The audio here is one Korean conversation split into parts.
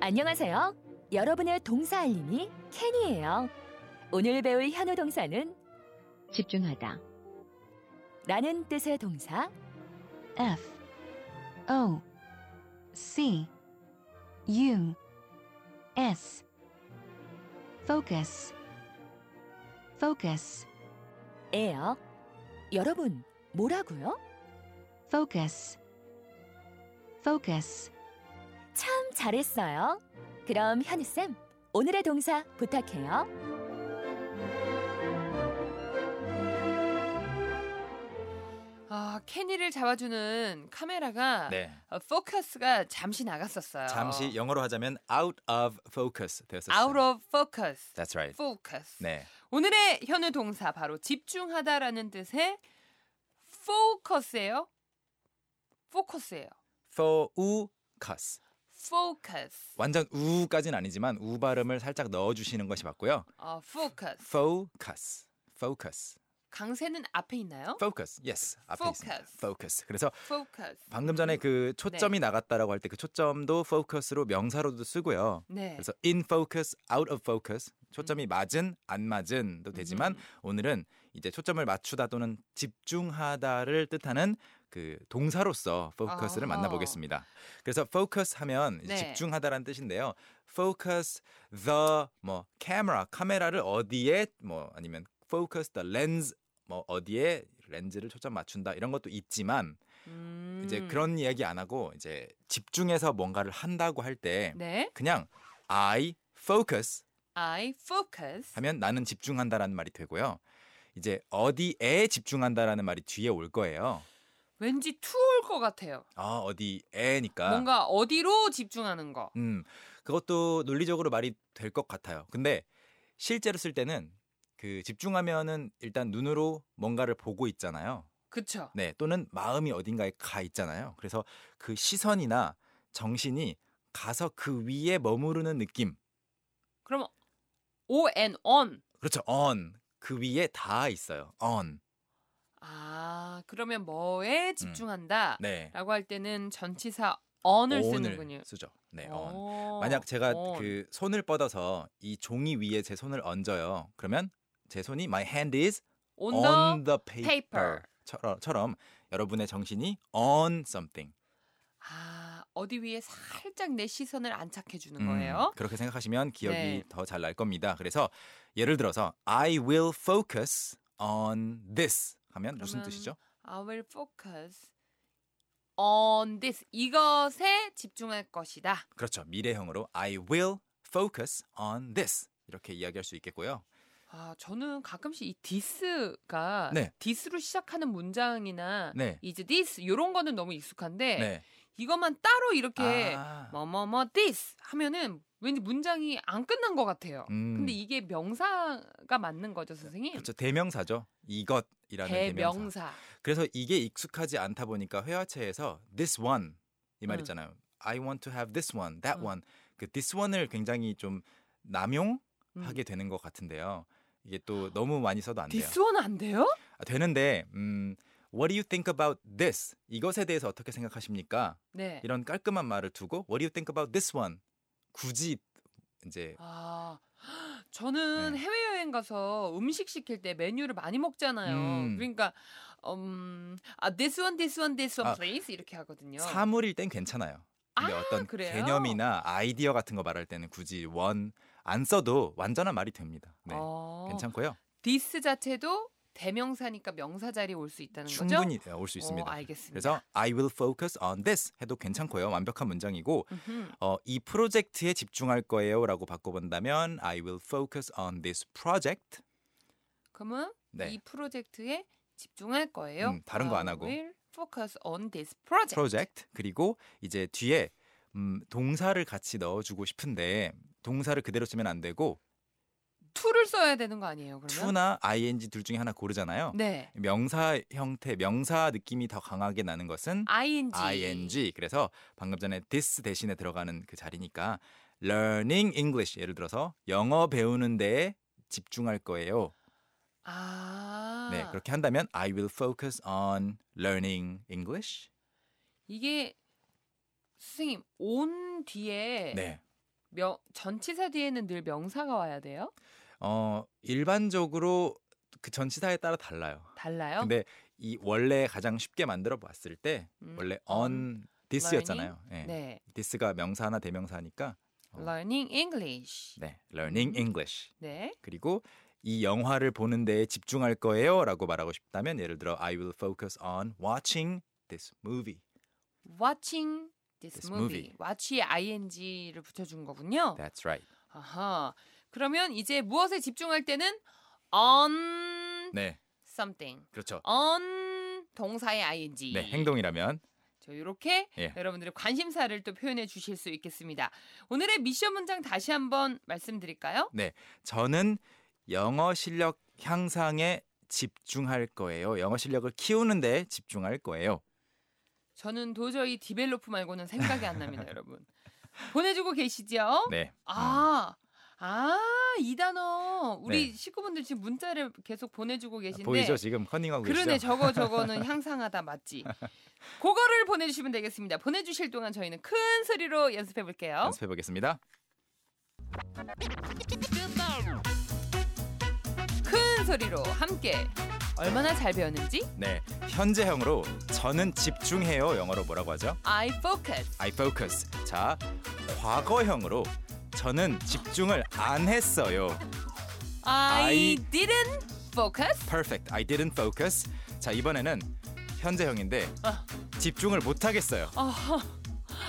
안녕하세요. 여러분의 동사 알림이 캔이에요. 오늘 배울 현우 동사는 집중하다. 라는 뜻의 동사 F O C U S focus focus 에요. 여러분, 뭐라고요? focus focus 참 잘했어요. 그럼 현우쌤, 오늘의 동사 부탁해요. 아, 캐니를 잡아주는 카메라가 네. 어, 포커스가 잠시 나갔었어요. 잠시 영어로 하자면 out of focus 되었어요. out of focus. That's right. focus. 네. 오늘의 현우 동사 바로 집중하다라는 뜻의 focus예요. focus예요. focus. focus. 완전 우까지는 아니지만 우 발음을 살짝 넣어 주시는 것이 맞고요. 어, focus. focus. focus. 강세는 앞에 있나요? focus. yes. 앞에 Focus. 네. 있습니다. focus. 그래서 focus. 방금 전에 그 초점이 나갔다라고 할 때 그 초점도 focus로 명사로도 쓰고요. 네. 그래서 in focus, out of focus. 초점이 맞은 안 맞은도 되지만 음. 오늘은 이제 초점을 맞추다 또는 집중하다를 뜻하는 그 동사로서 focus를 아하. 만나보겠습니다. 그래서 focus 하면 이제 네. 집중하다라는 뜻인데요. focus the 뭐 camera 카메라를 어디에 뭐 아니면 focus the lens 뭐 어디에 렌즈를 초점 맞춘다 이런 것도 있지만 음. 이제 그런 이야기 안 하고 이제 집중해서 뭔가를 한다고 할 때 네. 그냥 I focus I focus. 하면 나는 집중한다라는 말이 되고요. 이제 어디에 집중한다라는 말이 뒤에 올 거예요. 왠지 투올 것 같아요. 아 어디에니까 뭔가 어디로 집중하는 거. 음 그것도 논리적으로 말이 될 것 같아요. 근데 실제로 쓸 때는 그 집중하면은 일단 눈으로 뭔가를 보고 있잖아요. 그쵸? 네, 또는 마음이 어딘가에 가 있잖아요. 그래서 그 시선이나 정신이 가서 그 위에 머무르는 느낌. 그럼 O and on. 그렇죠. on. 그 위에 다 있어요. on. 아 그러면 음. 뭐에 집중한다라고 네. 할 때는 전치사 on을 on을 쓰는군요. 쓰죠. 네, on. 어, 만약 제가 on. 그 손을 뻗어서 이 종이 위에 제 손을 얹어요. 그러면 제 손이 my hand is on on, the, the paper. paper. 처럼, 처럼 여러분의 정신이 on something. 아 어디 위에 살짝 내 시선을 안착해 주는 음, 거예요. 그렇게 생각하시면 기억이 네. 더 잘 날 겁니다. 그래서 예를 들어서 I will focus on this 하면 무슨 그러면 뜻이죠? I will focus on this 이것에 집중할 것이다. 그렇죠. 미래형으로 I will focus on this 이렇게 이야기할 수 있겠고요. 아 저는 가끔씩 이 this가 네. this로 시작하는 문장이나 네. 이제 this 이런 거는 너무 익숙한데 네. 이것만 따로 이렇게 아, 뭐뭐뭐 this 하면은 왠지 문장이 안 끝난 것 같아요. 음. 근데 이게 명사가 맞는 거죠, 선생님? 그렇죠. 대명사죠. 이것이라는 네, 대명사. 대명사. 그래서 이게 익숙하지 않다 보니까 회화체에서 this one 이 말 음. 있잖아요. I want to have this one, that 음. one. 그 this one을 굉장히 좀 남용하게 음. 아. 되는 것 같은데요. 이게 또 너무 많이 써도 안 돼요. this one 안 돼요? 아, 되는데 음, What do you think about this? 이것에 대해서 어떻게 생각하십니까? 네. 이런 깔끔한 말을 두고 What do you think about this one? 굳이 이제 아 저는 네. 해외 여행 가서 음식 시킬 때 메뉴를 많이 먹잖아요. 음. 그러니까 음, 아 this one, this one, this one, 아, please 이렇게 하거든요. 사물일 땐 괜찮아요. 근데 어떤 그래요? 개념이나 아이디어 같은 거 말할 때는 굳이 원 안 써도 완전한 말이 됩니다. 네. 어, 괜찮고요. this 자체도 대명사니까 명사 자리에 올 수 있다는 거죠? 충분히 네, 올 수 있습니다. 어, 알겠습니다. 그래서 I will focus on this 해도 괜찮고요. 완벽한 문장이고 음흠. 어, 이 프로젝트에 집중할 거예요라고 바꿔본다면 I will focus on this project. 그러면 네. 이 프로젝트에 집중할 거예요. 음, 다른 거안 하고. I will focus on this project. 프로젝트 그리고 이제 뒤에 음, 동사를 같이 넣어주고 싶은데 동사를 그대로 쓰면 안 되고 to를 써야 되는 거 아니에요? 그러면 to나 ing 둘 중에 하나 고르잖아요. 네, 명사 형태, 명사 느낌이 더 강하게 나는 것은 ing. ing. 그래서 방금 전에 this 대신에 들어가는 그 자리니까 learning English 예를 들어서 영어 배우는 데에 집중할 거예요. 아, 네, 그렇게 한다면 I will focus on learning English. 이게 선생님 on 뒤에 네. 명, 전치사 뒤에는 늘 명사가 와야 돼요? 어, 일반적으로 그 전치사에 따라 달라요. 달라요? 근데 이 원래 가장 쉽게 만들어 봤을 때 음, 원래 on this였잖아요. 예. 네. this가 명사나 대명사니까 어. learning English. 네, learning English. 네. 그리고 이 영화를 보는 데에 집중할 거예요라고 말하고 싶다면 예를 들어 I will focus on watching this movie. watching this, This movie. movie. watch에 ing를 붙여 준 거군요. That's right. 아하. 그러면 이제 무엇에 집중할 때는 on 네, something. 그렇죠. on 동사의 ing. 네, 행동이라면 저 이렇게 예. 여러분들의 관심사를 또 표현해 주실 수 있겠습니다. 오늘의 미션 문장 다시 한번 말씀드릴까요? 저는 영어 실력 향상에 집중할 거예요. 영어 실력을 키우는데 집중할 거예요. 저는 도저히 디벨로프 말고는 생각이 안 납니다, 여러분. 보내주고 계시죠? 네. 아, 아, 이 단어 우리 네. 아, 식구분들 지금 문자를 계속 보내주고 계신데 보이죠 지금 커닝하고 그러네, 계시죠? 저거 저거는 향상하다 맞지? 그거를 보내주시면 되겠습니다. 보내주실 동안 저희는 큰 소리로 연습해 볼게요. 연습해 보겠습니다. 큰 소리로 함께 얼마나 잘 배웠는지 네, 현재형으로 저는 집중해요 영어로 뭐라고 하죠? I focus. I focus. 자, 과거형으로 저는 집중을 안 했어요. I I didn't focus. Perfect. I didn't focus. 자, 이번에는 현재형인데 아. 집중을 못 하겠어요. 어허.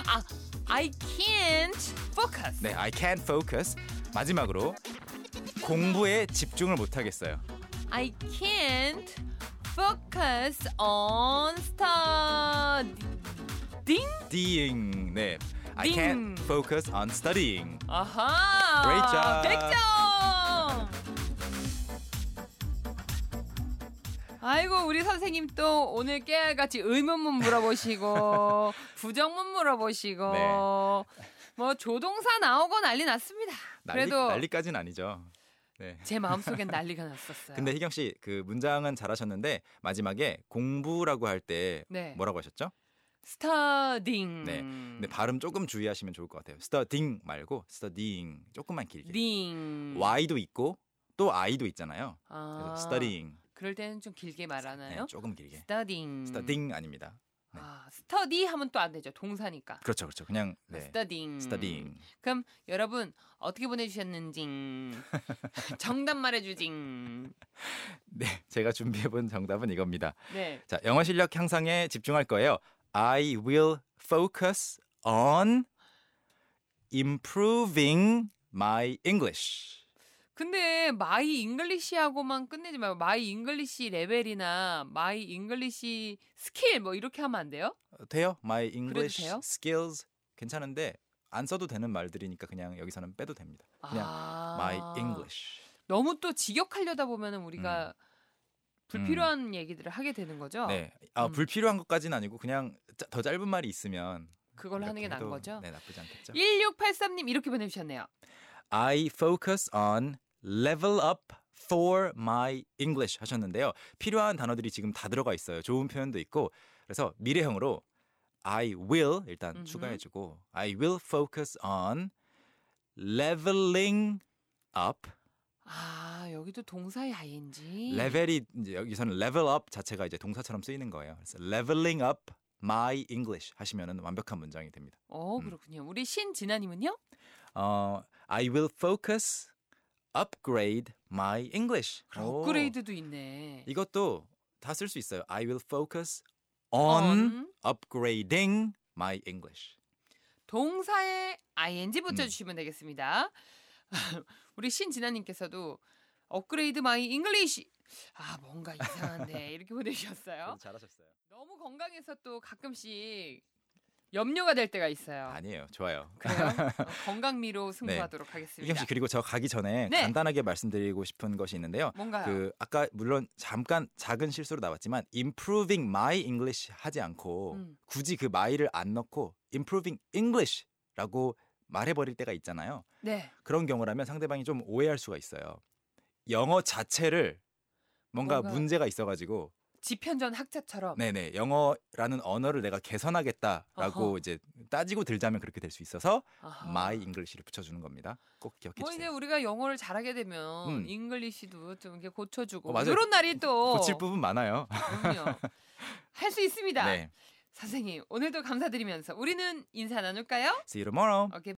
아, I can't focus. 네, I can't focus. 마지막으로 공부에 집중을 못 하겠어요. I can't focus on studying. Ding. 네. I Ding. can't focus on studying. 아하. Great job. 100점. 아이고 우리 선생님 또 오늘 깨알같이 의문문 물어보시고 부정문 물어보시고 네. 뭐 조동사 나오고 난리 났습니다. 난리 그래도 난리까지는 아니죠. 네. 제 마음속엔 난리가 났었어요. 근데 희경 씨 그 문장은 잘하셨는데 마지막에 공부라고 할 때 네. 뭐라고 하셨죠? 스타딩. 네. 근데 발음 조금 주의하시면 좋을 것 같아요. studying 말고 studying 조금만 길게. 딩. Y도 있고 또 I도 있잖아요. 그래서 아, studying 그럴 때는 좀 길게 네, 말하나요? 조금 길게. 스타딩. studying 아닙니다. 네. 아, 스터디 하면 또 안 되죠. 동사니까. 그렇죠, 그렇죠. 그냥 네. 스터딩. studying. 그럼 여러분 어떻게 보내주셨는지 정답 말해주징. 네, 제가 준비해본 정답은 이겁니다. 네. 자, 영어 실력 향상에 집중할 거예요. I will focus on improving my English. 근데 마이 잉글리시하고만 끝내지 말고 마이 잉글리시 레벨이나 마이 잉글리시 스킬 뭐 이렇게 하면 안 돼요? 어, 돼요? My English 돼요? skills 괜찮은데 안 써도 되는 말들이니까 그냥 여기서는 빼도 됩니다. 그냥 아. My English. 너무 또 직역하려다 보면은 우리가 불필요한 얘기들을 하게 되는 거죠. 음. 네, 아, 음. 불필요한 것까지는 아니고 그냥 짜- 더 짧은 말이 있으면 그걸 하는 게 이렇게 나은 해도, 거죠. 네, 나쁘지 않겠죠. 1683님 이렇게 보내주셨네요. I focus on level up for my English 하셨는데요. 필요한 단어들이 지금 다 들어가 있어요. 좋은 표현도 있고 그래서 미래형으로 I will 일단 음흠. 추가해주고 I will focus on leveling up. 아 여기도 동사의 ing. 레벨이 이제 여기서는 level up 자체가 이제 동사처럼 쓰이는 거예요. 그래서 leveling up my English 하시면은 완벽한 문장이 됩니다. 어 음. 그렇군요. 우리 신진아님은요? 어, I will focus upgrade my English. 오, 업그레이드도 있네. 이것도 다 쓸 수 있어요. I will focus on, upgrading my English. 동사에 ing 음. 붙여주시면 되겠습니다. 우리 신진아님께서도 업그레이드 마이 잉글리시 아 뭔가 이상한데 이렇게 보내주셨어요. 잘하셨어요. 너무 건강해서 또 가끔씩 염려가 될 때가 있어요. 아니에요. 좋아요. 그래요? 어, 건강미로 승부하도록 이경 하겠습니다. 씨 그리고 저 가기 전에 네. 간단하게 말씀드리고 싶은 것이 있는데요. 뭔가요? 그 아까 물론 잠깐 작은 실수로 나왔지만 improving my English 하지 않고 음. 굳이 그 my를 안 넣고 improving English라고 말해버릴 때가 있잖아요. 네. 그런 경우라면 상대방이 좀 오해할 수가 있어요. 영어 자체를 뭔가, 뭔가- 문제가 있어가지고 지편전 학자처럼 네. 네네 영어라는 언어를 내가 개선하겠다라고 어허. 이제 따지고 들자면 그렇게 될 수 있어서 아하. my English를 붙여주는 겁니다. 꼭 기억해 뭐 이제 주세요. 우리가 영어를 잘하게 되면 그 음. 잉글리시도 좀 이렇게 고쳐주고 어, 맞아요. 이런 날이 또 고칠 부분 많아요. 할 수 있습니다. 네. 선생님 오늘도 감사드리면서 우리는 인사 나눌까요? See you tomorrow. 오케이